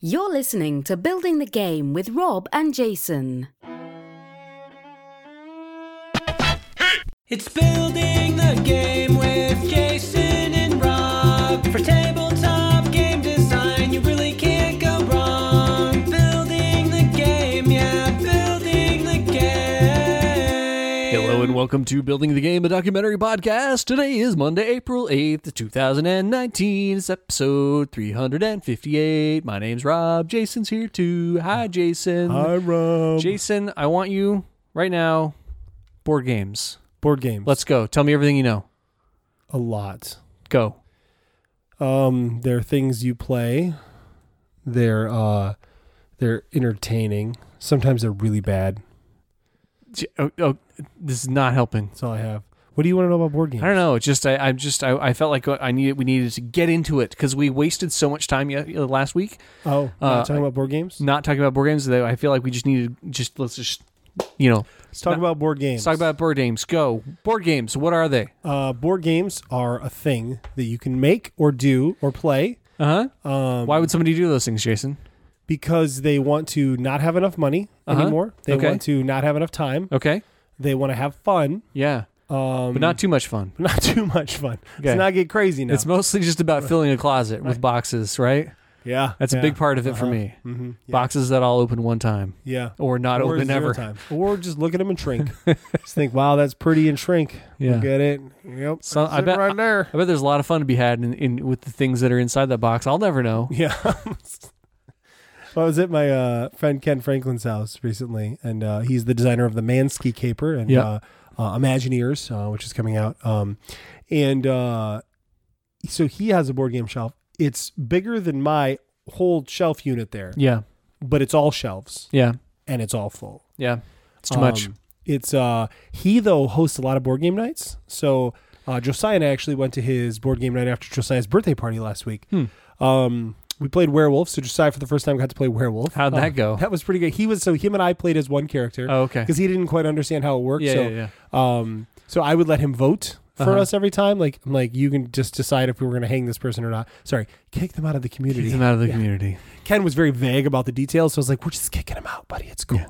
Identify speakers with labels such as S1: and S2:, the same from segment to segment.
S1: You're listening to Building the Game with Rob and Jason.
S2: It's building the game with Jason and Rob. For tabletop game design, you really can't go wrong. Building the game, yeah, building the game.
S3: Hello and welcome to Building the Game, a documentary podcast. Today is Monday, April 8th, 2019. It's episode 358. My name's Rob. Jason's here too. Hi, Jason.
S4: Hi, Rob.
S3: Jason, I want you right now. Board games.
S4: Board games.
S3: Let's go. Tell me everything you know.
S4: a lot.
S3: Go.
S4: Um, they're things you play. They're uh, they're entertaining. Sometimes they're really bad.
S3: J- Oh, oh, this is not helping.
S4: That's all I have. What do you want to know about board games?
S3: I don't know. It's just I, I'm just I, I felt like I needed we needed to get into it because we wasted so much time ye- uh, last week
S4: Oh, you're not
S3: Uh,
S4: talking about board games.
S3: not talking about board games. Though I feel like we just needed just let's just you know
S4: Let's talk about board games.
S3: Let's talk about board games. Go. Board games. What are they?
S4: uh, board games are a thing that you can make or do or play
S3: Uh huh.
S4: Um,
S3: Why would somebody do those things, Jason?
S4: because they want to not have enough money
S3: Uh-huh.
S4: anymore. They
S3: Okay.
S4: want to not have enough time.
S3: Okay.
S4: They want to have fun,
S3: Yeah. Um, but not too much fun.
S4: but not too much fun.
S3: Okay.
S4: Let's not get crazy now.
S3: It's mostly just about filling a closet with boxes, right?
S4: yeah,
S3: That's a
S4: yeah,
S3: big part of it for me.
S4: hmm
S3: Boxes that I'll open one time
S4: Yeah.
S3: or not
S4: or
S3: open
S4: zero
S3: ever.
S4: time. Or just look at them and shrink. just think, wow, that's pretty and shrink.
S3: Yeah.
S4: Yeah. Get it? Yep.
S3: So,
S4: It's
S3: I bet-
S4: right there.
S3: I bet there's a lot of fun to be had in, in with the things that are inside that box. I'll never know.
S4: yeah. Well, I was at my uh, friend Ken Franklin's house recently, and uh, he's the designer of the Mansky Caper and
S3: Yeah.
S4: uh, uh, Imagineers, uh, which is coming out. Um, and uh, so he has a board game shelf. It's bigger than my whole shelf unit there,
S3: Yeah.
S4: but it's all shelves
S3: Yeah.
S4: and it's all full.
S3: Yeah. It's too much.
S4: Um, It's uh he though hosts a lot of board game nights. So uh, Josiah and I actually went to his board game night after Josiah's birthday party last week.
S3: Hmm.
S4: Um, we played werewolf. So Josiah for the first time got to play werewolf.
S3: How'd
S4: Uh,
S3: that go?
S4: That was pretty good. He was so him and I played as one character.
S3: Oh, okay.
S4: Because he didn't quite understand how it worked.
S3: Yeah,
S4: so,
S3: yeah,
S4: Um, so I would let him vote for
S3: Uh-huh.
S4: us every time. Like I'm like you can just decide if we were going to hang this person or not. Sorry, kick them out of the community.
S3: Keep them out of the community.
S4: Ken was very vague about the details, so I was like, "We're just kicking him out, buddy. It's cool."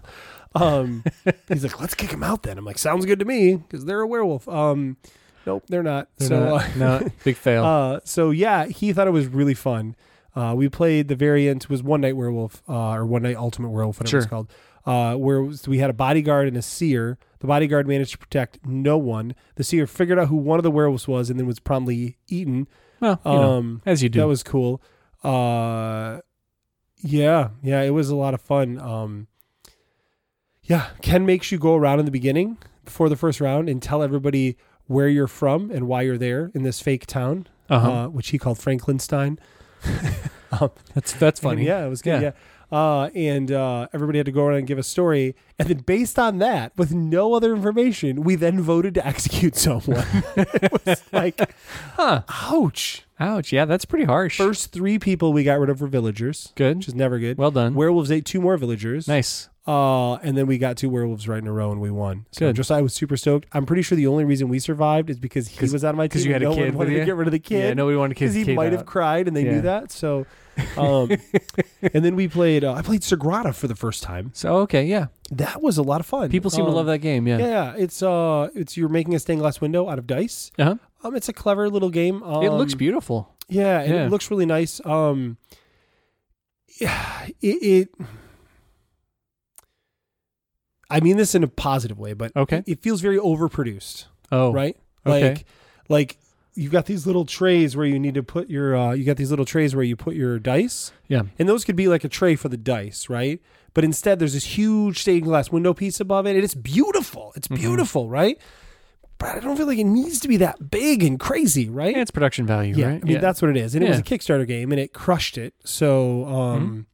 S4: Um, he's like, "Let's kick him out then." I'm like, "Sounds good to me," because they're a werewolf. Um, nope, they're not.
S3: They're
S4: so,
S3: not- no, big
S4: Uh,
S3: fail.
S4: uh, so yeah, he thought it was really fun. Uh, we played the variant was one night werewolf uh, or one night ultimate werewolf, whatever
S3: Sure.
S4: it's called. Uh, where it was- we had a bodyguard and a seer. The bodyguard managed to protect no one. The seer figured out who one of the werewolves was and then was promptly eaten.
S3: well, you know,
S4: um,
S3: as you do.
S4: That was cool. Uh, yeah, yeah, it was a lot of fun. Um, yeah, Ken makes you go around in the beginning before the first round and tell everybody where you're from and why you're there in this fake town,
S3: Uh-huh.
S4: uh, which he called Franklinstein.
S3: that's that's
S4: And
S3: funny.
S4: yeah, it was
S3: Yeah.
S4: good. Yeah. Uh, and uh, everybody had to go around and give a story. And then, based on that, with no other information, we then voted to execute someone. it was like,
S3: Huh.
S4: ouch.
S3: Ouch. Yeah, that's pretty harsh.
S4: First three people we got rid of were villagers.
S3: Good.
S4: Which is never good.
S3: Well done.
S4: Werewolves ate two more villagers.
S3: nice.
S4: Uh, and then we got two werewolves right in a row and we won. So
S3: Good.
S4: Josiah was super stoked. I'm pretty sure the only reason we survived is because he was on my team.
S3: 'cause you had
S4: and
S3: a
S4: no
S3: kid
S4: one
S3: with
S4: wanted
S3: you?
S4: to get rid of the kid.
S3: Yeah, nobody wanted to kick
S4: Because
S3: the
S4: he
S3: kid
S4: might have
S3: out.
S4: cried and they
S3: Yeah.
S4: knew that. So, um, and then we played, uh, I played Sagrada for the first time.
S3: So okay, yeah.
S4: That was a lot of fun.
S3: People seem to
S4: Um,
S3: love that game. Yeah.
S4: Yeah, it's uh, it's you're making a stained glass window out of dice.
S3: Uh-huh.
S4: Um, it's a clever little game. Um,
S3: it looks beautiful.
S4: Yeah, and
S3: Yeah.
S4: it looks really nice. Um, yeah, it, it. I mean this in a positive way, but
S3: Okay.
S4: it, it feels very overproduced,
S3: Oh,
S4: right?
S3: okay.
S4: Like, like you've got these little trays where you need to put your, uh, you got these little trays where you put your dice,
S3: Yeah.
S4: and those could be like a tray for the dice, right? But instead, there's this huge stained glass window piece above it, and it's beautiful. It's
S3: Mm-hmm.
S4: beautiful, right? But I don't feel like it needs to be that big and crazy, right?
S3: Yeah, it's production value,
S4: Yeah,
S3: right?
S4: I mean that's what it is, and it was
S3: Yeah.
S4: a Kickstarter game, and it crushed it. So, um,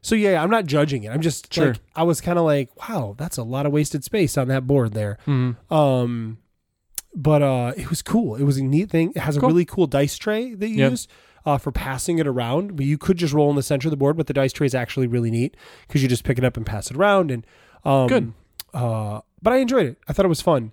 S4: so yeah, I'm not judging it. I'm just
S3: Mm-hmm. Sure.
S4: like I was kind of like, wow, that's a lot of wasted space on that board there.
S3: Mm-hmm.
S4: Um, but uh, it was cool. It was a neat thing. It has
S3: Cool.
S4: a really cool dice tray that you
S3: Yep.
S4: use. Uh, for passing it around, but you could just roll in the center of the board. But the dice tray is actually really neat because you just pick it up and pass it around. And um,
S3: Good.
S4: Uh, but I enjoyed it. I thought it was fun.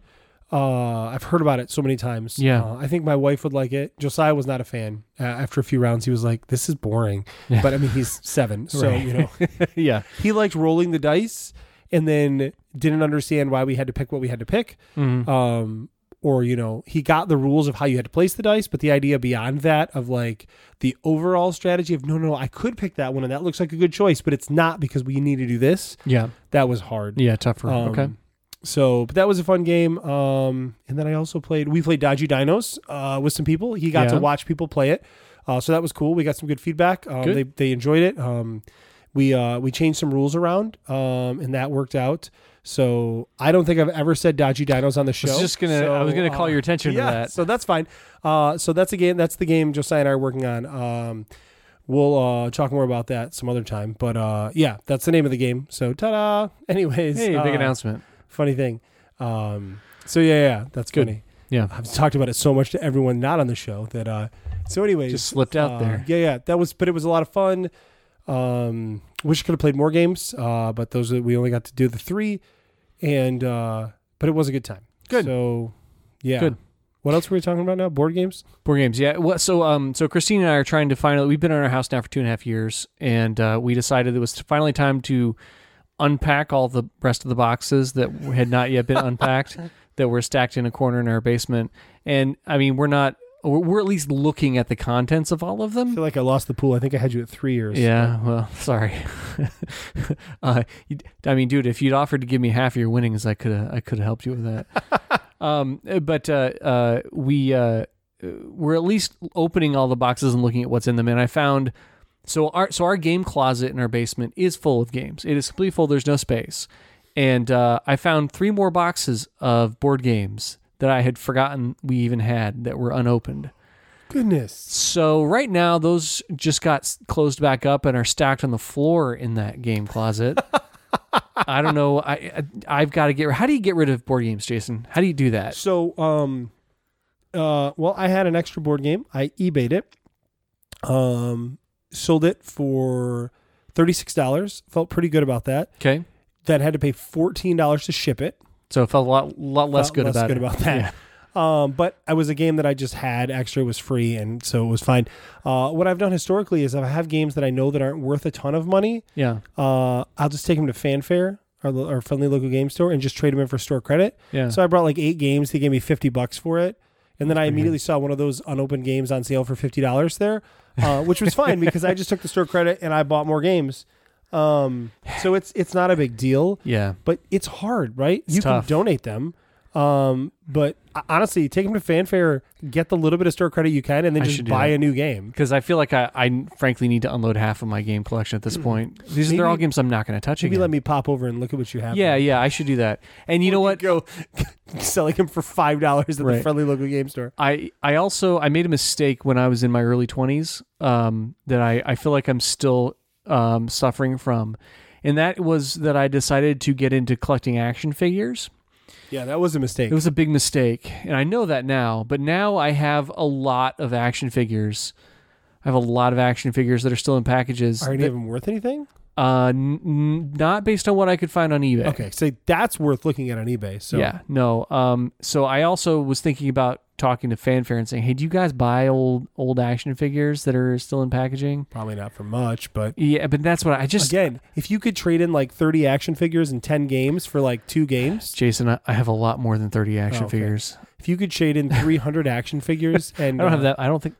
S4: Uh, I've heard about it so many times.
S3: Yeah.
S4: Uh, I think my wife would like it. Josiah was not a fan. Uh, after a few rounds, he was like, "This is boring."
S3: Yeah.
S4: But I mean, he's seven, so
S3: Right.
S4: you know,
S3: yeah.
S4: he liked rolling the dice, and then didn't understand why we had to pick what we had to pick.
S3: Mm-hmm.
S4: Um, or you know, he got the rules of how you had to place the dice, but the idea beyond that of like the overall strategy of no, no, I could pick that one, and that looks like a good choice, but it's not because we need to do this.
S3: Yeah.
S4: That was hard.
S3: Yeah. Tougher.
S4: Um,
S3: okay.
S4: So, but that was a fun game. Um, and then I also played. We played Dodgy Dinos uh, with some people. He got to
S3: Yeah.
S4: watch people play it, uh, so that was cool. We got some good feedback. Um,
S3: Good.
S4: They they enjoyed it. Um, we uh, we changed some rules around, um, and that worked out. So I don't think I've ever said Dodgy Dinos on the show.
S3: was just gonna-
S4: So,
S3: I was gonna call
S4: uh,
S3: your attention to
S4: yeah,
S3: that.
S4: So that's fine. Uh, so that's a game. That's the game Josiah and I are working on. Um, we'll uh, talk more about that some other time. But uh, yeah, that's the name of the game. So ta-da! Anyways,
S3: Hey, big
S4: uh,
S3: announcement.
S4: funny thing. Um, so yeah, yeah, that's
S3: Good.
S4: funny.
S3: Yeah.
S4: I've talked about it so much to everyone not on the show that. Uh, so, anyways,
S3: Just slipped out
S4: uh,
S3: there.
S4: Yeah, yeah, that was, but it was a lot of fun. Um, wish I could have played more games, uh, but those are- we only got to do the three, and uh, but it was a good time.
S3: Good.
S4: So, yeah.
S3: Good.
S4: What else were we talking about now? Board games.
S3: Board games, yeah. Well, so, um, so Christine and I are trying to finally. We've been in our house now for two and a half years, and uh, we decided it was finally time to unpack all the rest of the boxes that had not yet been unpacked, that were stacked in a corner in our basement. And I mean, we're not. We're, we're at least looking at the contents of all of them.
S4: I feel like I lost the pool. I think I had you at three years.
S3: Yeah, well, sorry. uh, you- I mean, dude, if you'd offered to give me half of your winnings, I could have I could have helped you with that. um, but uh, uh, we uh, we're at least opening all the boxes and looking at what's in them, and I found so our so our game closet in our basement is full of games. It is completely full. There's no space, and uh, I found three more boxes of board games that I had forgotten we even had that were unopened.
S4: Goodness.
S3: So right now, those just got s- closed back up and are stacked on the floor in that game closet. I don't know. I, I I've got to get. How do you get rid of board games, Jason? How do you do that?
S4: So, um, uh, well, I had an extra board game. I eBayed it. Um, sold it for thirty six dollars. Felt pretty good about that.
S3: Okay,
S4: Then had to pay fourteen dollars to ship it.
S3: so it felt a lot lot less
S4: Felt
S3: good
S4: less
S3: about
S4: good
S3: it.
S4: about that. Um, but it was a game that I just had extra it was free, and so it was fine. Uh, what I've done historically is if I have games that I know that aren't worth a ton of money,
S3: Yeah,
S4: uh, I'll just take them to Fanfare. Our, lo- our friendly local game store and just trade them in for store credit.
S3: yeah.
S4: So I brought like eight games. They gave me fifty bucks for it, and then I immediately saw one of those unopened games on sale for fifty dollars there, uh, which was fine because I just took the store credit and I bought more games. Um, so it's it's not a big deal,
S3: yeah,
S4: but it's hard, right? you
S3: tough.
S4: can donate them, um, but uh, honestly, take them to Fanfare, get the little bit of store credit you can, and then
S3: I
S4: just
S3: should do
S4: buy
S3: that.
S4: a new game.
S3: because I feel like I, I frankly need to unload half of my game collection at this point. These
S4: Mm-hmm. Maybe-
S3: they're all games I'm not going to touch
S4: Maybe
S3: again.
S4: let me pop over and look at what you have.
S3: yeah, yeah, I should do that. And you know what?
S4: go selling them for five dollars at the
S3: Right.
S4: friendly local game store.
S3: I I also I made a mistake when I was in my early twenties um, that I I feel like I'm still um, suffering from, and that was that I decided to get into collecting action figures.
S4: Yeah, that was a mistake.
S3: It was a big mistake, and I know that now. But now I have a lot of action figures. I have a lot of action figures that are still in packages.
S4: Are any
S3: that-
S4: of them worth anything?
S3: uh, n- n- not based on what I could find on eBay.
S4: Okay, so that's worth looking at on eBay. So
S3: Yeah, no. Um, so I also was thinking about talking to Fanfare and saying, "Hey, do you guys buy old old action figures that are still in packaging?"
S4: probably not for much, but
S3: Yeah, but that's what I just.
S4: again, if you could trade in like 30 action figures and 10 games for like two games,
S3: Jason, I I have a lot more than thirty action
S4: Oh, okay.
S3: figures.
S4: if you could trade in 300 action figures and
S3: I don't
S4: uh,
S3: have that. I don't think.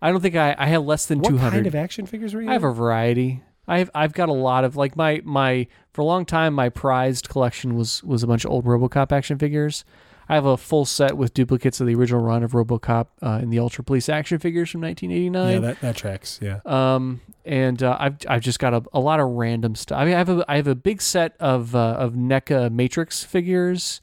S3: I don't think I. I have less than
S4: What
S3: two
S4: kind
S3: hundred.
S4: of action figures were you?
S3: I have a variety. I've I've got a lot of like my my for a long time my prized collection was was a bunch of old RoboCop action figures. I have a full set with duplicates of the original run of RoboCop uh, and the Ultra Police action figures from 1989.
S4: yeah, that, that tracks. Yeah.
S3: um, and uh, I've I've just got a, a lot of random stuff. I, mean, I have a I have a big set of uh, of NECA Matrix figures.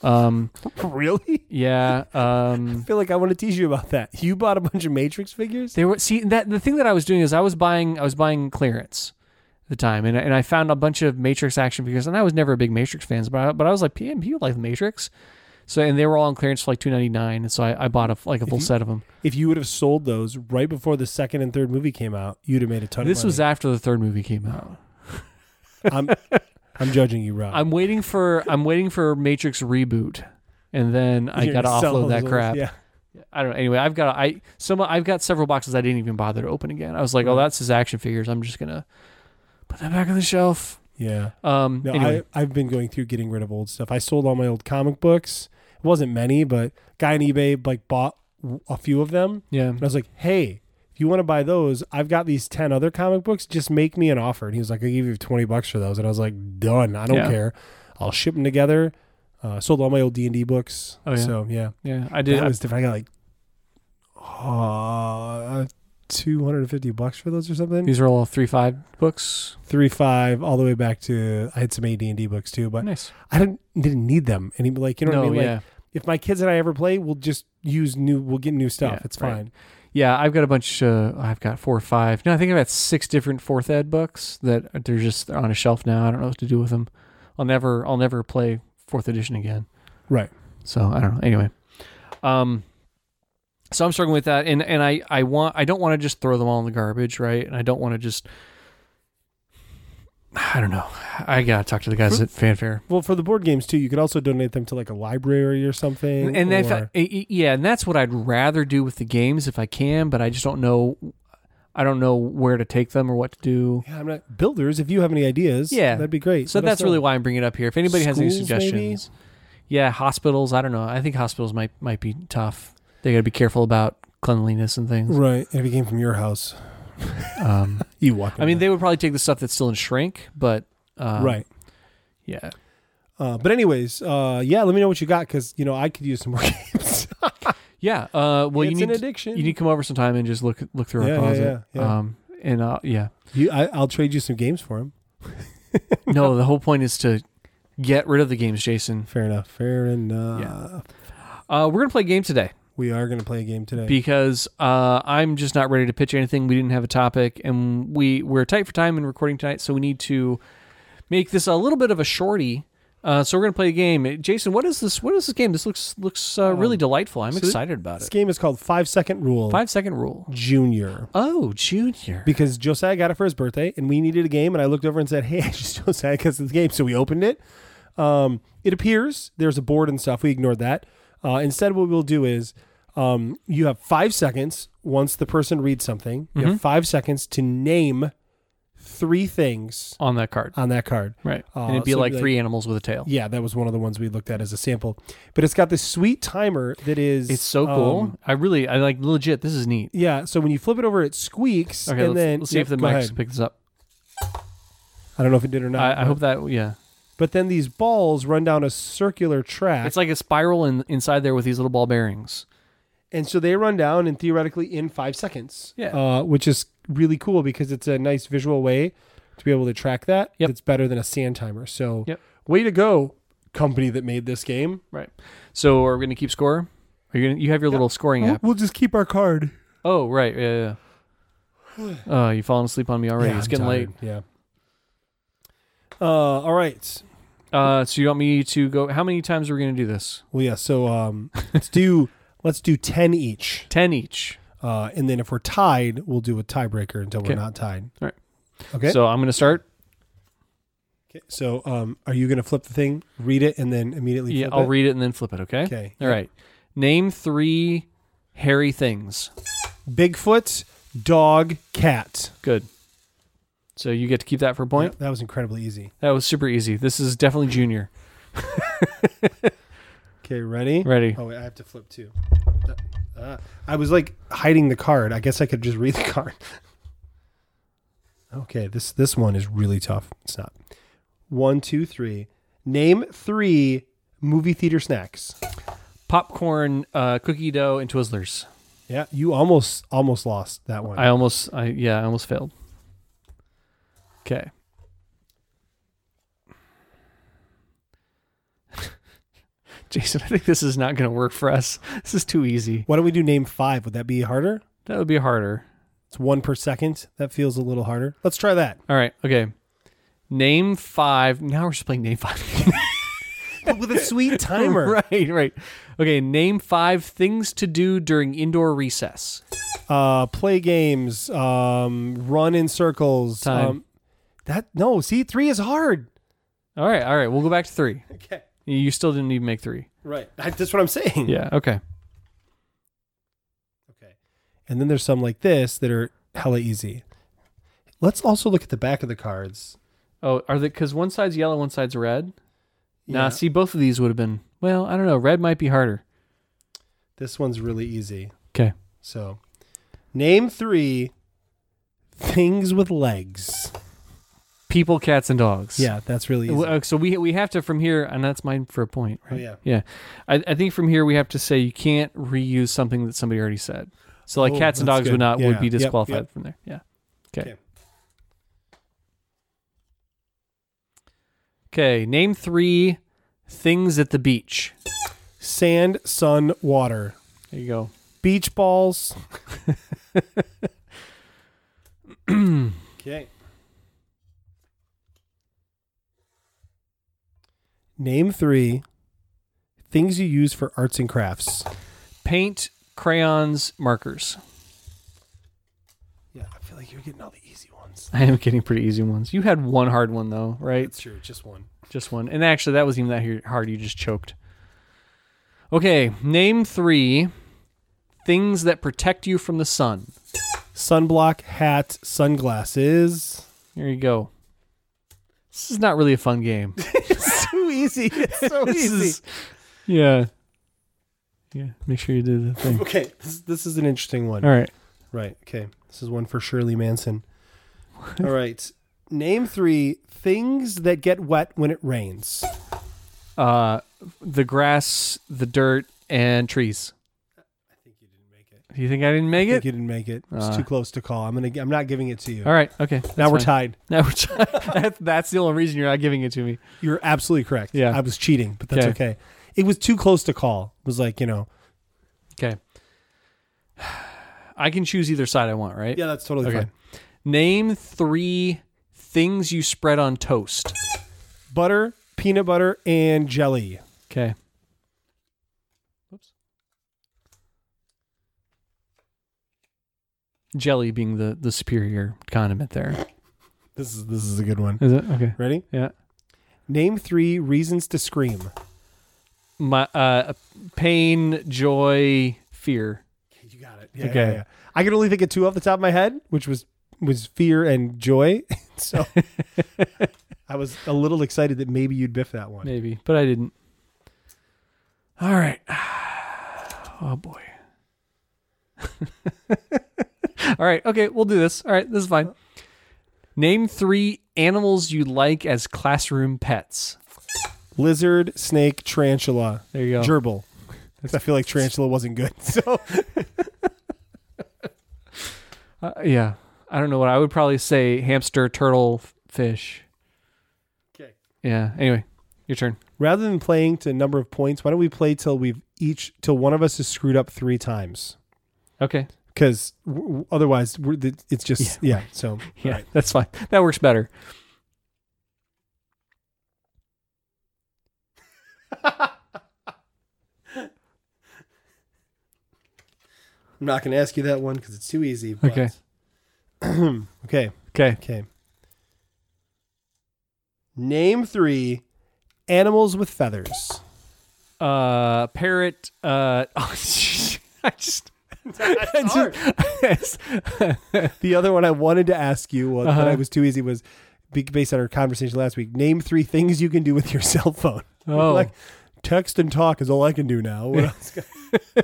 S3: Um,
S4: really?
S3: yeah.
S4: I
S3: Um,
S4: feel like I want to tease you about that. You bought a bunch of Matrix figures?
S3: they were see that the thing that I was doing is I was buying I was buying clearance at the time, and and I found a bunch of Matrix action figures, and I was never a big Matrix fans, but I, but I was like, PM, you like the Matrix. So and they were all on clearance for like two ninety nine, and so I, I bought a like a full
S4: you-
S3: set of them.
S4: If you would have sold those right before the second and third movie came out, you'd have made a ton
S3: This
S4: of money.
S3: was after the third movie came out.
S4: I'm I'm judging you, Rob.
S3: I'm waiting for I'm waiting for Matrix reboot, and then I
S4: You're
S3: gotta
S4: gonna sell
S3: offload that
S4: those.
S3: crap.
S4: Yeah.
S3: I don't. know. Anyway, I've got I some I've got several boxes I didn't even bother to open again. I was like, oh, that's his action figures. I'm just gonna put that back on the shelf.
S4: Yeah.
S3: Um.
S4: No,
S3: anyway,
S4: I, I've been going through getting rid of old stuff. I sold all my old comic books. It wasn't many, but guy on eBay like bought a few of them.
S3: yeah.
S4: And I was like, hey, if you want to buy those, I've got these 10 other comic books. Just make me an offer. And he was like, I'll give you 20 bucks for those. And I was like, done. I don't
S3: Yeah.
S4: care. I'll ship them together. Uh, sold all my old D&D books.
S3: Oh, yeah.
S4: So, yeah.
S3: Yeah, I did.
S4: That was different. I got like uh, 250 bucks for those or something.
S3: these are all three five books.
S4: Three, five, all the way back to, I had some AD&D books too, but
S3: Nice.
S4: I didn't, didn't need them. And he'd be like, you know
S3: no,
S4: what I mean?
S3: yeah,
S4: Like, if my kids and I ever play, we'll just use new, we'll get new stuff.
S3: Yeah,
S4: it's
S3: right.
S4: fine.
S3: yeah. I've got a bunch. Uh, I've got four or five. No, I think I've got six different fourth ed books that they're just on a shelf now. I don't know what to do with them. I'll never. I'll never play fourth edition again.
S4: Right.
S3: So I don't know. Anyway, um, so I'm struggling with that, and and I I want I don't want to just throw them all in the garbage, right? And I don't want to just. I don't know. I gotta talk to the guys at Fanfare.
S4: Well, for the board games too, you could also donate them to like a library or something.
S3: and
S4: or,
S3: that's eh, yeah, and that's what I'd rather do with the games if I can, but I just don't know. I don't know where to take them or what to do.
S4: yeah, I'm not builders. If you have any ideas,
S3: Yeah.
S4: that'd be great.
S3: So
S4: Let us
S3: that's really
S4: know.
S3: why I'm bringing it up here. If anybody has any
S4: Schools, maybe?
S3: suggestions, yeah, hospitals. I don't know. I think hospitals might might be tough. They got to be careful about cleanliness and things.
S4: right. If it came from your house,
S3: Um,
S4: you walk. in
S3: I mean,
S4: there.
S3: they would probably take the stuff that's still in shrink, but um,
S4: right.
S3: yeah,
S4: Uh, but anyways, uh, yeah. Let me know what you got because you know I could use some more games.
S3: yeah. Uh, well,
S4: it's
S3: you need
S4: an addiction.
S3: you need to come over sometime and just look look through
S4: Yeah,
S3: our
S4: yeah,
S3: closet.
S4: yeah, yeah.
S3: Um, and uh, yeah,
S4: You- I, I'll trade you some games for them.
S3: no, the whole point is to get rid of the games, Jason.
S4: Fair enough. Fair enough.
S3: Uh, we're gonna play a game today
S4: We are gonna play a game today.
S3: because uh, I'm just not ready to pitch anything. We didn't have a topic, and we we're tight for time in recording tonight, so we need to make this a little bit of a shorty. Uh, so we're gonna play a game, Jason. What is this? What is this game? This looks looks uh, really delightful. I'm
S4: Um, so thi-
S3: excited about
S4: this
S3: it.
S4: game is called Five Second Rule
S3: Five second rule.
S4: Junior.
S3: Oh, junior.
S4: because Josiah got it for his birthday, and we needed a game. And I looked over and said, "Hey, I just Josiah because of the game." So we opened it. Um, it appears there's a board and stuff. We ignored that. Uh, instead, what we'll do is um, you have five seconds. Once the person reads something, you have five seconds to name three things
S3: on that card,
S4: on that card.
S3: right?
S4: Uh,
S3: and it'd be
S4: so
S3: like
S4: it'd be
S3: three animals with a tail.
S4: Yeah, that was one of the ones we looked at as a sample. But it's got this sweet timer that is.
S3: It's so cool.
S4: um,
S3: I really, I like legit. This is neat.
S4: yeah, so when you flip it over, it squeaks,
S3: Okay,
S4: and
S3: let's,
S4: then
S3: let's see
S4: yeah,
S3: if the
S4: go
S3: mics
S4: ahead.
S3: pick this up.
S4: I don't know if it did or not.
S3: I, I
S4: but-
S3: hope that, yeah.
S4: But then these balls run down a circular track.
S3: It's like a spiral in, inside there with these little ball bearings.
S4: and so they run down and theoretically in five seconds.
S3: Yeah.
S4: Uh, which is really cool because it's a nice visual way to be able to track that.
S3: Yep.
S4: It's better than a sand timer. So
S3: Yep.
S4: way to go, company that made this game.
S3: Right. So are we going to keep score? Are you gonna, you have your little scoring app?
S4: We'll just keep our card.
S3: Oh, right. Yeah, yeah. yeah. Oh, you've fallen asleep on me already. it's
S4: I'm
S3: getting
S4: tired.
S3: late.
S4: Yeah. Uh, all right.
S3: Uh, so you want me to go? How many times are we going to do this?
S4: Well, yeah. So um, let's do let's do ten each,
S3: Ten each.
S4: uh, and then if we're tied, we'll do a tiebreaker until
S3: Okay.
S4: we're not tied.
S3: All right.
S4: Okay.
S3: So I'm going to start.
S4: Okay, so um, are you going to flip the thing, read it, and then immediately?
S3: Yeah,
S4: flip
S3: I'll
S4: it?
S3: read it and then flip it. Okay.
S4: Okay.
S3: All right. Name three hairy things.
S4: Bigfoot, dog, cat.
S3: Good. So you get to keep that for a point.
S4: Yep, that was incredibly easy.
S3: That was super easy. This is definitely junior.
S4: Okay, ready?
S3: Ready.
S4: Oh, wait, I have to flip too. Uh, I was like hiding the card. I guess I could just read the card. okay, this this one is really tough. It's not. One, two, three. Name three movie theater snacks.
S3: Popcorn, uh, cookie dough, and Twizzlers.
S4: Yeah, you almost almost lost that one.
S3: I almost, I yeah, I almost failed. Okay. Jason, I think this is not going to work for us. This is too easy.
S4: Why don't we do name five? Would that be harder?
S3: That would be harder.
S4: It's one per second. That feels a little harder. Let's try that.
S3: All right. Okay. Name five. Now we're just playing name five.
S4: with a sweet timer.
S3: right. Right. Okay. Name five things to do during indoor recess.
S4: Uh, play games, um, run in circles.
S3: Time.
S4: Um, that no, see, three is hard.
S3: All right, all right. We'll go back to three.
S4: Okay.
S3: You still didn't even make three.
S4: Right. I, that's what I'm saying.
S3: Yeah. Okay.
S4: Okay. And then there's some like this that are hella easy. Let's also look at the back of the cards.
S3: Oh, are they? Because one side's yellow, one side's red. Nah. See, both of these would have been. Well, I don't know. Red might be harder.
S4: This one's really easy.
S3: Okay.
S4: So, name three things with legs.
S3: People, cats, and dogs.
S4: Yeah, that's really easy.
S3: Well, uh, So we we have to from here, and that's mine for a point.
S4: Oh,
S3: Right?
S4: yeah.
S3: Yeah. I, I think from here we have to say you can't reuse something that somebody already said. So like
S4: Oh,
S3: cats and
S4: that's
S3: dogs
S4: good.
S3: would not would
S4: Yeah.
S3: be
S4: Yep,
S3: disqualified
S4: yep.
S3: from there. Yeah. Okay.
S4: Okay.
S3: Okay. Name three things at the beach.
S4: Sand, sun, water,
S3: There you go.
S4: beach balls. okay. Name three things you use for arts and crafts.
S3: Paint, crayons, markers.
S4: Yeah, I feel like you're getting all the easy ones.
S3: I am getting pretty easy ones. You had one hard one though, right?
S4: It's true, just one.
S3: Just one. And actually, that wasn't even that here- hard. You just choked. Okay, name three things that protect you from the sun.
S4: Sunblock, hat, sunglasses.
S3: There you go. This is not really a fun game.
S4: It's too easy. It's so
S3: this is, yeah, yeah. Make sure you do the thing.
S4: Okay, this, this is an interesting one.
S3: All right.
S4: Right. Okay. This is one for Shirley Manson. All right. Name three things that get wet when it rains.
S3: Uh, the grass, the dirt, and trees.
S4: I think you didn't make it.
S3: Do you think I didn't make
S4: I
S3: it?
S4: think you didn't make it. It's
S3: Uh.
S4: too close to call. I'm gonna. I'm not giving it to you.
S3: All right. Okay.
S4: now we're
S3: tied.
S4: tied.
S3: Now we're tied. That- That's the only reason you're not giving it to me.
S4: You're absolutely correct.
S3: Yeah.
S4: I was cheating, but that's
S3: Okay.
S4: okay. It was too close to call. It was like you know.
S3: Okay. I can choose either side I want, right?
S4: Yeah, that's totally
S3: Okay.
S4: fine.
S3: Name three things you spread on toast.
S4: Butter, peanut butter, and jelly.
S3: Okay. Oops. Jelly being the the superior condiment there.
S4: This is this is a good one.
S3: Is it okay?
S4: Ready?
S3: Yeah.
S4: Name three reasons to scream.
S3: My uh, pain, joy, fear.
S4: You got it. Yeah,
S3: Okay.
S4: yeah, yeah. I could only think of two off the top of my head, which was was fear and joy. so I was a little excited that maybe you'd biff that one.
S3: Maybe, but I didn't. All right. Oh boy. All right. Okay, we'll do this. All right, this is fine. Name three animals you like as classroom pets.
S4: Lizard, snake, tarantula,
S3: There you go.
S4: gerbil. 'Cause I feel like tarantula wasn't good. So
S3: Uh, yeah. I don't know what I would probably say. Hamster, turtle, f- fish.
S4: Okay.
S3: Yeah. Anyway, your turn.
S4: rather than playing to number of points, why don't we play till we've each till one of us is screwed up three times?
S3: Okay.
S4: Because w- w- otherwise, we're, th- it's just yeah. so
S3: Yeah,
S4: all right.
S3: that's fine. That works better.
S4: I'm not going to ask you that one because it's too easy.
S3: Okay.
S4: okay.
S3: Okay.
S4: Okay. Name three animals with feathers.
S3: uh parrot uh oh, jeez. i just
S4: The other one I wanted to ask you, well,
S3: Uh-huh.
S4: that I was too easy, was be- based on our conversation last week. Name three things you can do with your cell phone.
S3: Oh.
S4: like text and talk is all I can do now. What else? can-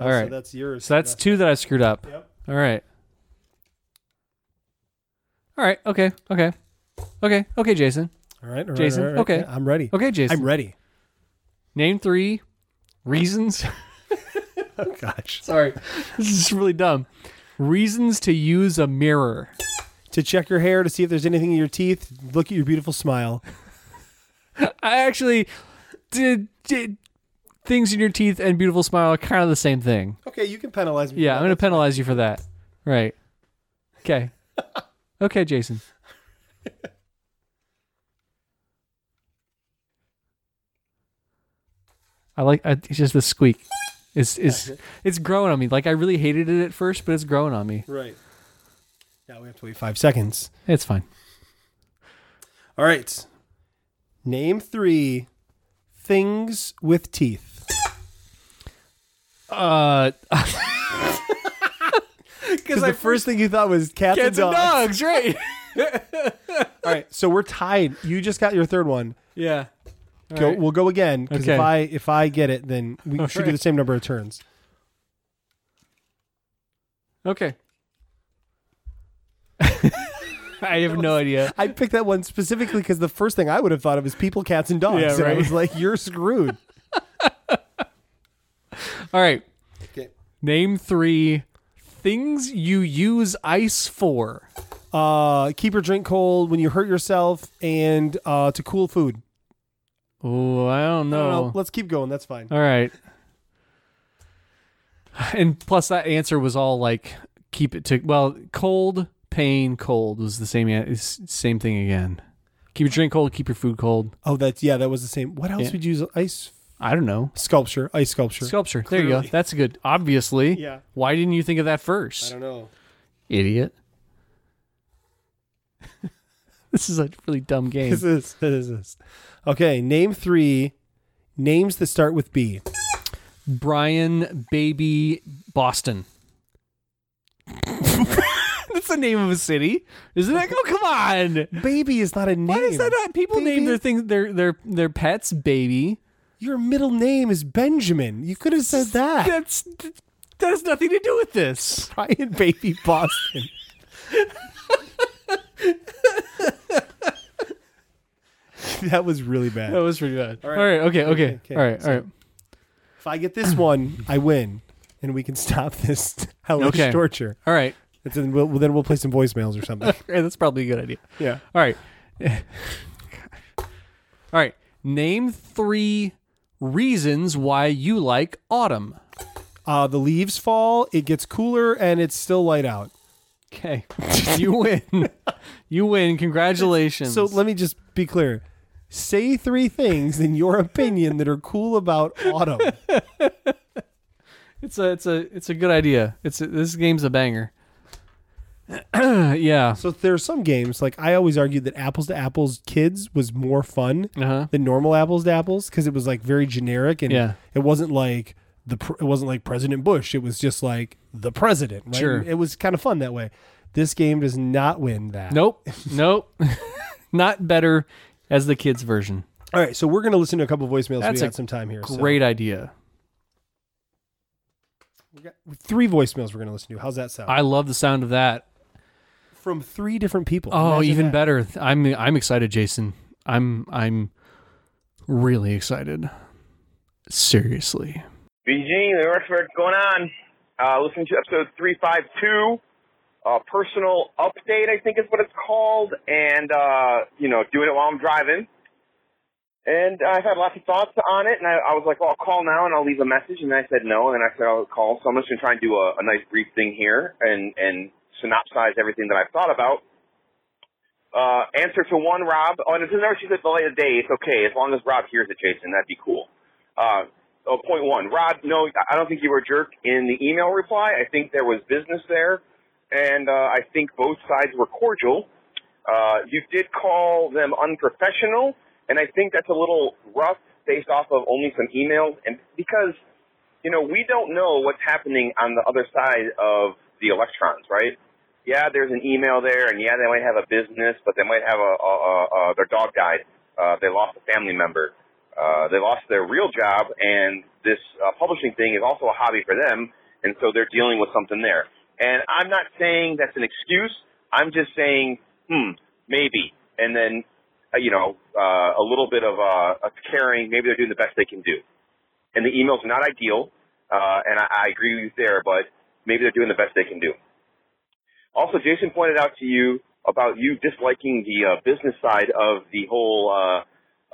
S3: all right
S4: So
S3: so that's,
S4: that's yours.
S3: two that i screwed up
S4: Yep.
S3: all right all right okay okay okay okay jason
S4: All right, all right, all right,
S3: Jason,
S4: all right.
S3: okay.
S4: Yeah, I'm ready.
S3: okay jason
S4: I'm ready.
S3: name three reasons
S4: Oh gosh,
S3: sorry this is really dumb reasons to use a mirror
S4: to check your hair to see if there's anything in your teeth. Look at your beautiful smile.
S3: i actually did, did things in your teeth and beautiful smile are kind of the same thing
S4: Okay, you can penalize me.
S3: Yeah, I'm gonna penalize you for that. Right. Okay. Okay, Jason. I like I, it's just the squeak. It's it's it's growing on me. Like I really hated it at first, but it's growing on me.
S4: Right. Now we have to wait five seconds.
S3: It's fine.
S4: All right. Name three things with teeth.
S3: Uh,
S4: Because the first thing you thought was cats,
S3: cats and dogs, right?
S4: All right, so we're tied. You just got your third one.
S3: yeah.
S4: Go,
S3: right.
S4: We'll go again because
S3: Okay.
S4: if I if I get it, then we should do
S3: right.
S4: the same number of turns.
S3: Okay. I have no idea.
S4: I picked that one specifically because the first thing I would have thought of is people, cats, and dogs.
S3: Yeah,
S4: And I
S3: right.
S4: was like, you're screwed.
S3: All right.
S4: Okay.
S3: Name three things you use ice for.
S4: Uh, keep your drink cold when you hurt yourself and uh, to cool food.
S3: Oh, I don't
S4: I
S3: know.
S4: don't know. Let's keep going. That's fine.
S3: All right. And plus, that answer was all like keep it to well, cold, pain, cold was the same an- is- same thing again. Keep your drink cold. Keep your food cold.
S4: Oh, that's yeah. That was the same. What else
S3: Yeah.
S4: would you use? Ice
S3: I don't know.
S4: sculpture. Ice sculpture.
S3: Sculpture. There you go.
S4: Clearly.
S3: That's good. Obviously.
S4: Yeah.
S3: Why didn't you think of that first?
S4: know.
S3: Idiot. this is a really dumb game.
S4: This is this is this. Okay, name three names that start with B.
S3: Brian Baby Boston. That's the name of a city, isn't it? Oh, come on.
S4: Baby is not a name.
S3: Why is that not? People name
S4: Baby?
S3: their things their their their pets baby.
S4: Your middle name is Benjamin. You could have said that.
S3: That's that has nothing to do with this.
S4: Brian Baby Boston. that was really bad.
S3: That was pretty bad. All
S4: right.
S3: right. okay. Okay.
S4: okay,
S3: All right.
S4: so-
S3: all right.
S4: If I get this one, I win, and we can stop this hellish
S3: Okay.
S4: torture.
S3: All right.
S4: And then we'll then we'll play some voicemails or something.
S3: All right, That's probably a good idea.
S4: yeah.
S3: All right. all right. Name three reasons why you like autumn.
S4: Uh, the leaves fall. It gets cooler, and it's still light out.
S3: Okay. you win. You win. Congratulations.
S4: So let me just be clear. Say three things in your opinion that are cool about autumn.
S3: It's a it's a it's a good idea. It's a, this game's a banger. yeah.
S4: So there are some games like I always argued that apples to apples kids was more fun
S3: Uh huh.
S4: than normal apples to apples because it was like very generic and
S3: Yeah.
S4: it wasn't like the pr- it wasn't like President Bush. It was just like the president. Right?
S3: Sure.
S4: It was kind of fun that way. This game does not win that.
S3: Nope. Nope. Not better as the kids version.
S4: All right, so we're gonna listen to a couple voicemails.
S3: That's
S4: we
S3: a
S4: got some time here. so-
S3: Great idea.
S4: We got three voicemails we're gonna listen to. How's that sound?
S3: I love the sound of that.
S4: From three different people.
S3: Oh,
S4: Imagine
S3: even
S4: that.
S3: better. I'm I'm excited, Jason. I'm I'm really excited. Seriously.
S5: BG, the Northford, going on. Uh, listening to episode 352, uh, personal update, I think is what it's called, and, uh, you know, doing it while I'm driving. And I've had lots of thoughts on it, and I, I was like, well, I'll call now and I'll leave a message, and I said no, and I said I'll call, so I'm just going to try and do a, a nice brief thing here and, and synopsize everything that I've thought about. Uh, answer to one, Rob. Oh, and it doesn't matter if she's at the light of day, it's okay, as long as Rob hears it, Jason, that'd be cool. Uh, oh, point one. Rob, no, I don't think you were a jerk in the email reply. I think there was business there, and uh, I think both sides were cordial. Uh, you did call them unprofessional, and I think that's a little rough based off of only some emails, and because you know we don't know what's happening on the other side of the electrons, right? Yeah, there's an email there, and yeah, they might have a business, but they might have a, a, a, a their dog died. Uh, they lost a family member. Uh, they lost their real job, and this uh, publishing thing is also a hobby for them, and so they're dealing with something there. And I'm not saying that's an excuse. I'm just saying, hmm, maybe. And then, uh, you know, uh, a little bit of uh, a caring. Maybe they're doing the best they can do and the emails are not ideal, uh, and I, I agree with you there, but maybe they're doing the best they can do. Also, Jason pointed out to you about you disliking the uh, business side of the whole uh,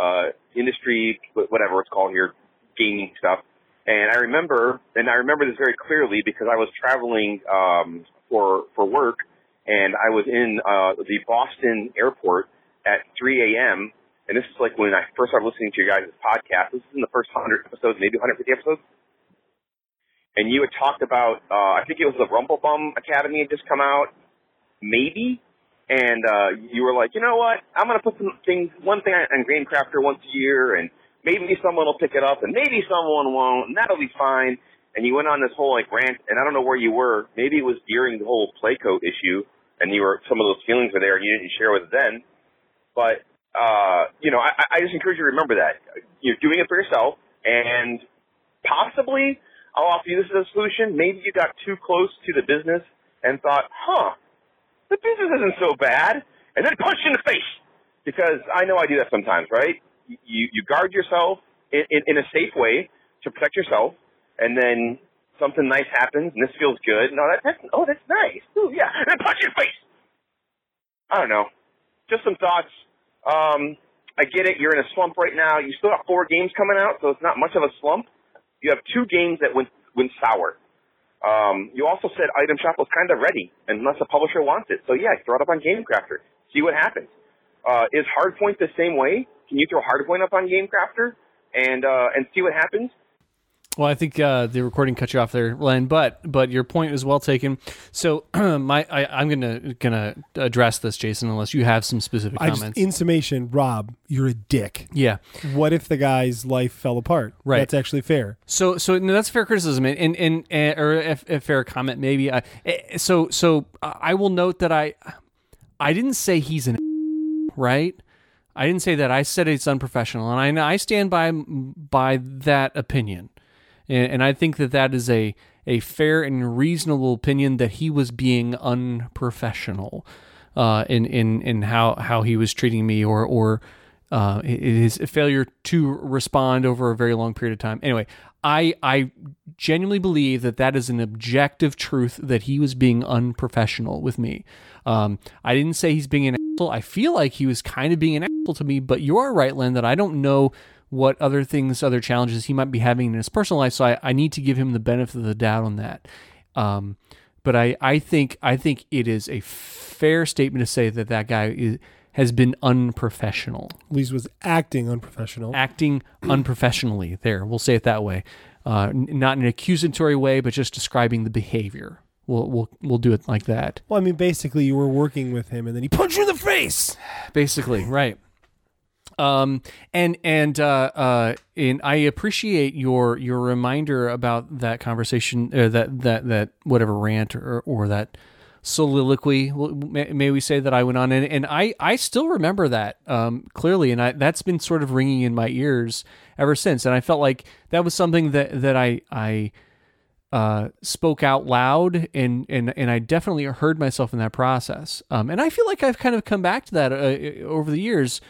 S5: uh, industry, wh- whatever it's called here, gaming stuff. And I remember, and I remember this very clearly because I was traveling um, for for work, and I was in uh, the Boston airport at 3 a.m. And this is like when I first started listening to your guys' podcast. This is in the first 100 episodes, maybe 150 episodes. And you had talked about, uh, I think it was the Rumble Bum Academy had just come out, maybe. and uh, you were like, you know what? I'm going to put some things, one thing on Grain Crafter once a year, and maybe someone will pick it up, and maybe someone won't, and that'll be fine. And you went on this whole like rant, and I don't know where you were. Maybe it was during the whole Playcoat issue, and you were some of those feelings were there, and you didn't share with it then. But uh, you know, I, I- I just encourage you to remember that you're doing it for yourself, and possibly I'll offer you this as a solution. Maybe you got too close to the business and thought, huh, the business isn't so bad, and then punched in the face. Because I know I do that sometimes, right? You you guard yourself in, in, in a safe way to protect yourself, and then something nice happens, and this feels good. No, that, that's oh, that's nice. Ooh, yeah, and then punch in the face. I don't know. Just some thoughts. Um, I get it. You're in a slump right now. You still got four games coming out, so it's not much of a slump. You have two games that went went sour. Um, you also said Item Shop was kind of ready, unless a publisher wants it. So yeah, throw it up on GameCrafter. See what happens. Uh, is Hardpoint the same way? Can you throw Hardpoint up on GameCrafter and uh, and see what happens?
S3: Well, I think uh, the recording cut you off there, Len. But but your point is well taken. So my I, I'm gonna gonna address this, Jason, unless you have some specific
S4: I
S3: comments.
S4: just, in summation, Rob, you're a dick.
S3: yeah.
S4: What if the guy's life fell apart?
S3: Right.
S4: That's actually fair.
S3: So so no, that's fair criticism and and, and, and or a, a fair comment maybe. I, eh, so so I will note that I I didn't say he's an right. I didn't say that. I said it's unprofessional, and I I stand by by that opinion, and, and I think that that is a a fair and reasonable opinion that he was being unprofessional, uh, in in in how how he was treating me or or. Uh, his failure to respond over a very long period of time. Anyway, I I genuinely believe that that is an objective truth that he was being unprofessional with me. Um, I didn't say he's being an asshole. I feel like he was kind of being an asshole to me, but you are right, Len, that I don't know what other things, other challenges he might be having in his personal life. So I, I need to give him the benefit of the doubt on that. Um, but I, I think I think it is a fair statement to say that that guy is, has been unprofessional
S4: Lise was acting unprofessional.
S3: acting unprofessionally there we'll say it that way uh, n- not in an accusatory way but just describing the behavior we'll, we'll, we'll do it like that
S4: well, I mean, basically, you were working with him, and then he punched you in the face.
S3: basically right um and and uh uh and i appreciate your your reminder about that conversation or that that that whatever rant or or that soliloquy well, may, may we say that i went on and, and i i still remember that um clearly and i that's been sort of ringing in my ears ever since and i felt like that was something that that i i uh, spoke out loud and and and I definitely heard myself in that process. Um, and I feel like I've kind of come back to that uh, over the years.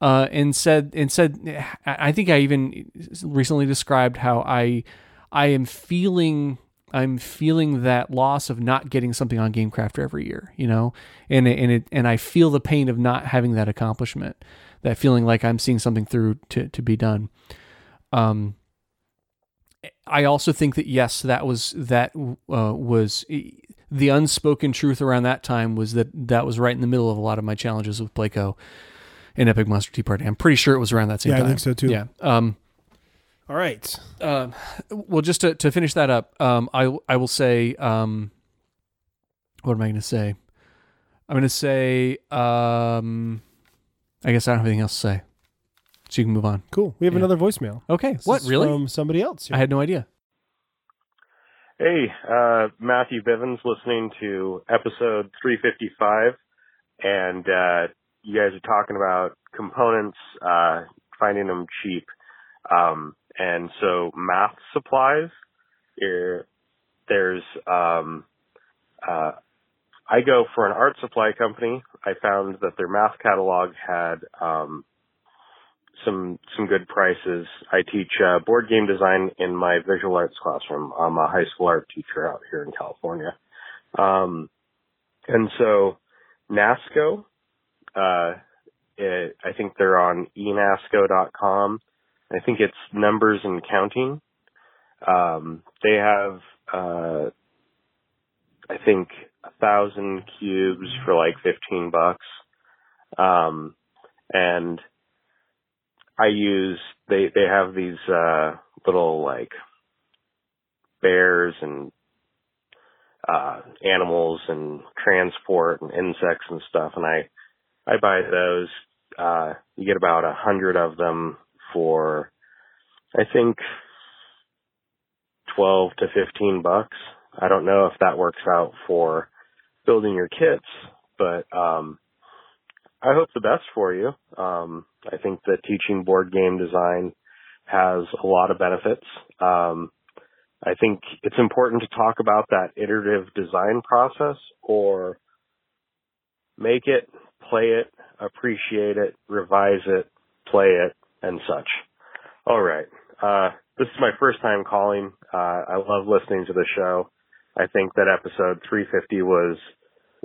S3: Uh, and said and said I I think I even recently described how I I am feeling I'm feeling that loss of not getting something on GameCrafter every year, you know, and it, and it and I feel the pain of not having that accomplishment, that feeling like I'm seeing something through to to be done. Um, I also think that yes, that was that uh, was the unspoken truth around that time was that that was right in the middle of a lot of my challenges with Playco and Epic Monster Tea Party. I'm pretty sure it was around that same
S4: Yeah, I
S3: time.
S4: think so, too.
S3: Yeah. Um,
S4: All right.
S3: um, well, just to, to finish that up, um, I I will say, um, what am I going to say? I'm going to say, um, I guess I don't have anything else to say, so you can move on.
S4: Cool. We have another voicemail.
S3: Okay.
S4: This
S3: what
S4: is
S3: really?
S4: From somebody else.
S3: I had no idea.
S6: Hey, uh, Matthew Bivens listening to episode 355, and uh, you guys are talking about components, uh, finding them cheap. Um, and so math supplies, er, there's, um, uh, I go for an art supply company. I found that their math catalog had um, some some good prices. I teach uh, board game design in my visual arts classroom. I'm a high school art teacher out here in California, um, and so NASCO. Uh, it, I think they're on enasco.com. I think it's numbers and counting. Um, they have, uh, I think, a thousand cubes for like fifteen bucks, um, and I use they they have these uh little like bears and uh, animals and transport and insects and stuff. And I, I buy those. Uh, you get about a hundred of them for, I think, 12 to 15 bucks. I don't know if that works out for building your kits, but, um, I hope the best for you. Um, I think that teaching board game design has a lot of benefits. Um, I think it's important to talk about that iterative design process or make it, play it, appreciate it, revise it, play it, and such. All right. Uh, this is my first time calling. Uh, I love listening to the show. I think that episode 350 was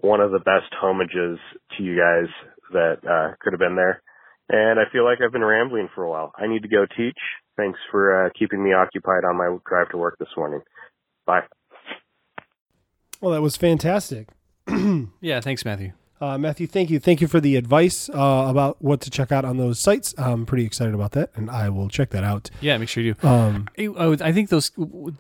S6: one of the best homages to you guys that uh, could have been there. And I feel like I've been rambling for a while. I need to go teach. Thanks for uh, keeping me occupied on my drive to work this morning. Bye.
S4: Well, that was fantastic.
S3: Yeah, thanks, Matthew.
S4: Uh, Matthew, thank you. Thank you for the advice uh, about what to check out on those sites. I'm pretty excited about that, and I will check that out.
S3: Yeah, make sure you do.
S4: Um,
S3: I- oh, I think those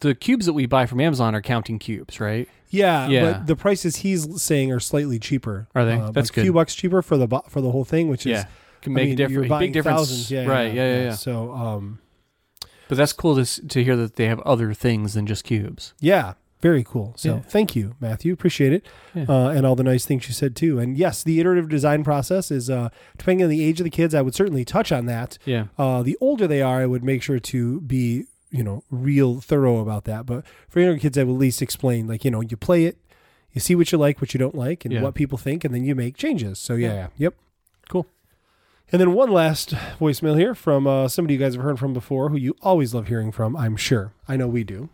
S3: the cubes that we buy from Amazon are counting cubes, right?
S4: yeah,
S3: Yeah.
S4: but the prices he's saying are slightly cheaper.
S3: Are they?
S4: Uh,
S3: That's
S4: like
S3: good.
S4: Few bucks cheaper for the bo- for the whole thing, which is
S3: yeah, can
S4: I
S3: make
S4: mean,
S3: a difference.
S4: You're buying
S3: Big difference.
S4: thousands. Yeah,
S3: right. Yeah, yeah, yeah.
S4: So, um,
S3: But that's cool to s- to hear that they have other things than just cubes.
S4: yeah, very cool. So,
S3: Yeah.
S4: thank you, Matthew. Appreciate it,
S3: Yeah.
S4: uh, and all the nice things you said too. And yes, the iterative design process is uh, depending on the age of the kids. I would certainly touch on that.
S3: Yeah.
S4: Uh, the older they are, I would make sure to be, you know, real thorough about that. But for younger kids, I would at least explain, like, you know, you play it, you see what you like, what you don't like, and
S3: Yeah.
S4: what people think, and then you make changes. So, yeah, yeah. yep.
S3: Cool.
S4: And then one last voicemail here from uh, somebody you guys have heard from before who you always love hearing from, I'm sure. I know we do.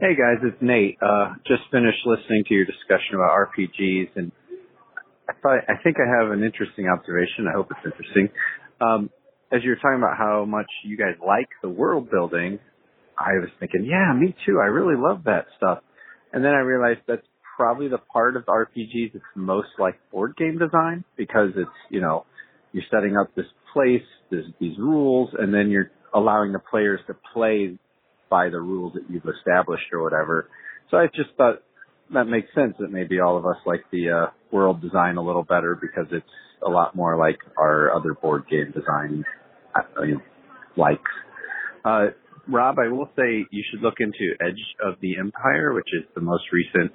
S7: Hey guys, it's Nate. Uh, just finished listening to your discussion about RPGs, and I thought I think I have an interesting observation. I hope it's interesting. Um, as you were talking about how much you guys like the world building, I was thinking, yeah, me too. I really love that stuff. And then I realized that's probably the part of RPGs that's most like board game design because it's, you know, you're setting up this place, there's these rules, and then you're allowing the players to play by the rules that you've established or whatever. So I just thought that makes sense that maybe all of us like the uh, world design a little better because it's a lot more like our other board game design I mean, likes. Uh, Rob, I will say you should look into Edge of the Empire, which is the most recent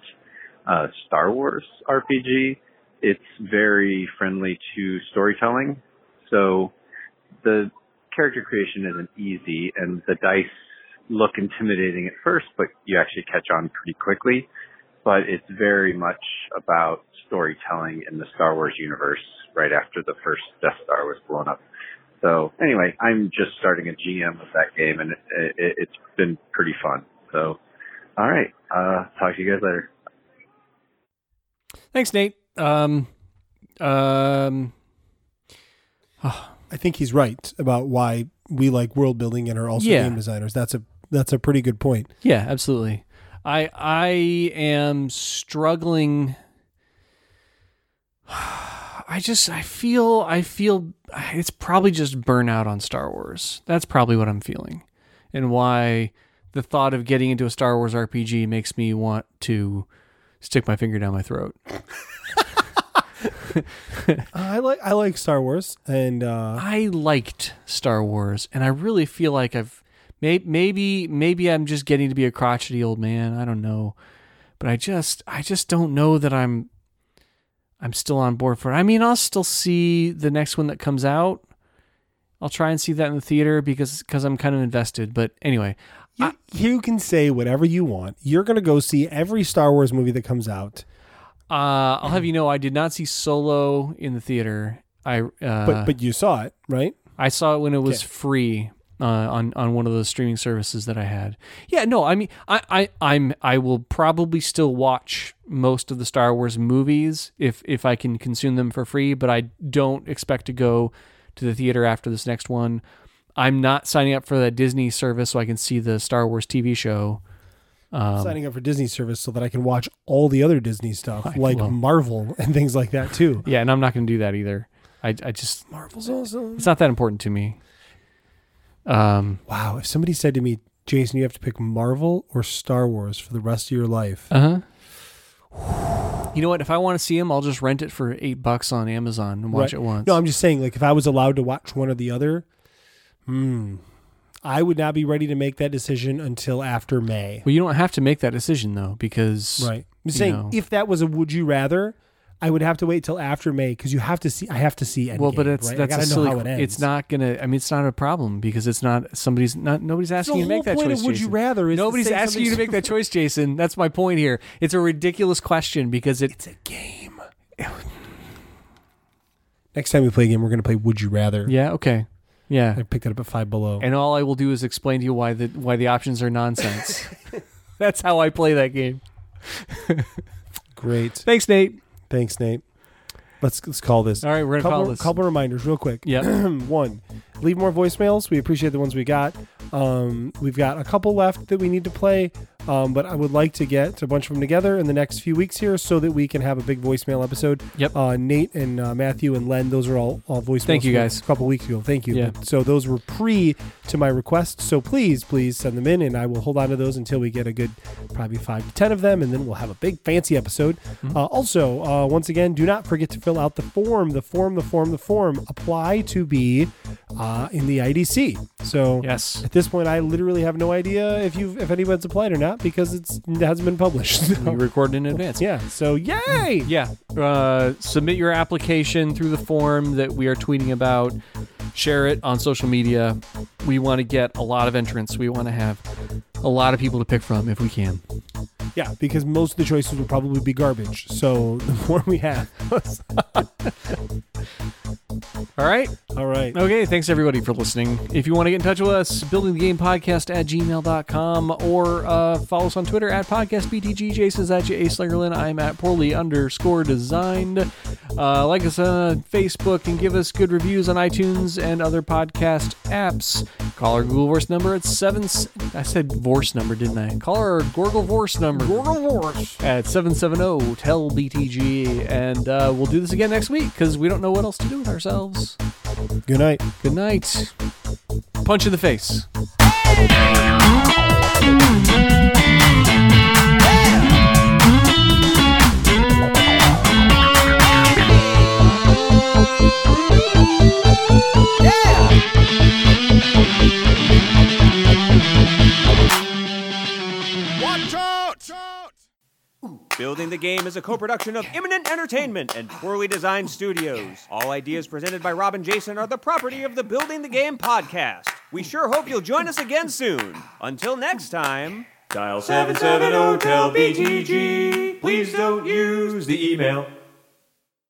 S7: uh, Star Wars RPG. It's very friendly to storytelling, so the character creation isn't easy, and the dice look intimidating at first, but you actually catch on pretty quickly. But it's very much about storytelling in the Star Wars universe right after the first Death Star was blown up. So anyway, I'm just starting a GM of that game, and it, it, it's been pretty fun. So, all right, uh, talk to you guys later.
S3: Thanks, Nate. Um, um,
S4: I think he's right about why we like world building and are also
S3: Yeah.
S4: game designers. That's a that's a pretty good point.
S3: yeah, absolutely. I I am struggling. I just I feel I feel it's probably just burnout on Star Wars. That's probably what I'm feeling, and why the thought of getting into a Star Wars RPG makes me want to stick my finger down my throat.
S4: I like I like Star Wars, and uh,
S3: I liked Star Wars, and I really feel like I've may, maybe maybe I'm just getting to be a crotchety old man. I don't know, but I just I just don't know that I'm I'm still on board for it. I mean, I'll still see the next one that comes out. I'll try and see that in the theater because because I'm kind of invested. But anyway,
S4: you, you can say whatever you want. You're gonna go see every Star Wars movie that comes out,
S3: uh, I'll have you know I did not see Solo in the theater. I uh,
S4: but but you saw it, right?
S3: I saw it when it was
S4: Okay.
S3: free uh, on on one of those streaming services that I had. Yeah, no, I mean, I, I I'm I will probably still watch most of the Star Wars movies if if I can consume them for free, but I don't expect to go to the theater after this next one. I'm not signing up for that Disney service so I can see the Star Wars TV show.
S4: Signing up for Disney service so that I can watch all the other Disney stuff, like
S3: well.
S4: Marvel and things like that too.
S3: Yeah, and I'm not going to do that either. I I just
S4: Marvel's awesome.
S3: it's not that important to me. Um,
S4: Wow, if somebody said to me Jason, you have to pick Marvel or Star Wars for the rest of your life.
S3: Uh huh. You know what? If I want to see him, I'll just rent it for eight bucks on Amazon and watch it
S4: Right.
S3: once.
S4: No, I'm just saying, like, if I was allowed to watch one or the other, hmm, I would not be ready to make that decision until after May.
S3: well, you don't have to make that decision though, because
S4: Right. I'm
S3: you
S4: saying
S3: know.
S4: if that was a would you rather, I would have to wait till after May because you have to see. I have to see. Endgame,
S3: Well, but it's
S4: right? I
S3: that's
S4: gotta
S3: a
S4: know
S3: silly.
S4: how it ends.
S3: It's not gonna. I mean, it's not a problem because it's not somebody's not nobody's asking
S4: the
S3: you to
S4: whole
S3: make that
S4: point of
S3: choice.
S4: would you
S3: Jason.
S4: rather is to
S3: nobody's
S4: say
S3: asking you to
S4: something's-
S3: make that choice, Jason. That's my point here. It's a ridiculous question because it, it's a game.
S4: Next time we play a game, we're gonna play Would You Rather.
S3: Yeah. Okay. Yeah.
S4: I picked that up at five below.
S3: and all I will do is explain to you why the why the options are nonsense. That's how I play that game.
S4: Great.
S3: Thanks, Nate.
S4: Thanks, Nate. Let's let's call this.
S3: All right, we're gonna
S4: couple,
S3: call this.
S4: Couple reminders, real quick.
S3: Yep.
S4: One, leave more voicemails. We appreciate the ones we got. Um, we've got a couple left that we need to play, um, but I would like to get a bunch of them together in the next few weeks here, so that we can have a big voicemail episode.
S3: Yep.
S4: Uh, Nate and uh, Matthew and Len, those are all all voicemails.
S3: Thank you,
S4: from
S3: guys.
S4: A couple weeks ago. Thank you.
S3: Yeah.
S4: But- So those were pre to my request. So please, please send them in, and I will hold on to those until we get a good, probably five to ten of them, and then we'll have a big fancy episode. Uh, also, uh, once again, do not forget to fill out the form. The form. The form. The form. Apply to be uh, in the IDC. So
S3: Yes.
S4: at this point, I literally have no idea if you have if anyone's applied or not because it's, it hasn't been published.
S3: We record in advance.
S4: yeah. So yay.
S3: Yeah. Uh, submit your application through the form that we are tweeting about. Share it on social media. We want to get a lot of entrants. We want to have a lot of people to pick from if we can.
S4: Yeah, because most of the choices will probably be garbage. So the more we have.
S3: All right.
S4: All right.
S3: Okay. Thanks, everybody, for listening. If you want to get in touch with us, buildingthegamepodcast at gmail.com or uh, follow us on Twitter at podcastbtg. Jason's at J.A. Slingerland. I'm at poorly underscore designed. Uh, like us on Facebook and give us good reviews on iTunes and other podcast apps. Call our Google Voice number at 7... s- I said Vorse number, didn't I? Call our Gorgle Vorse number. Gorgle Vorse. At oh, 770-TEL-BTG. And uh, we'll do this again next week because we don't know what else to do with ourselves.
S4: Good night.
S3: Good night. Punch in the face.
S8: Building the Game is a co-production of Imminent Entertainment and Poorly Designed Studios. All ideas presented by Rob and Jason are the property of the Building the Game podcast. We sure hope you'll join us again soon. Until next time, oh, dial 770 tell BTG. Please don't use the email.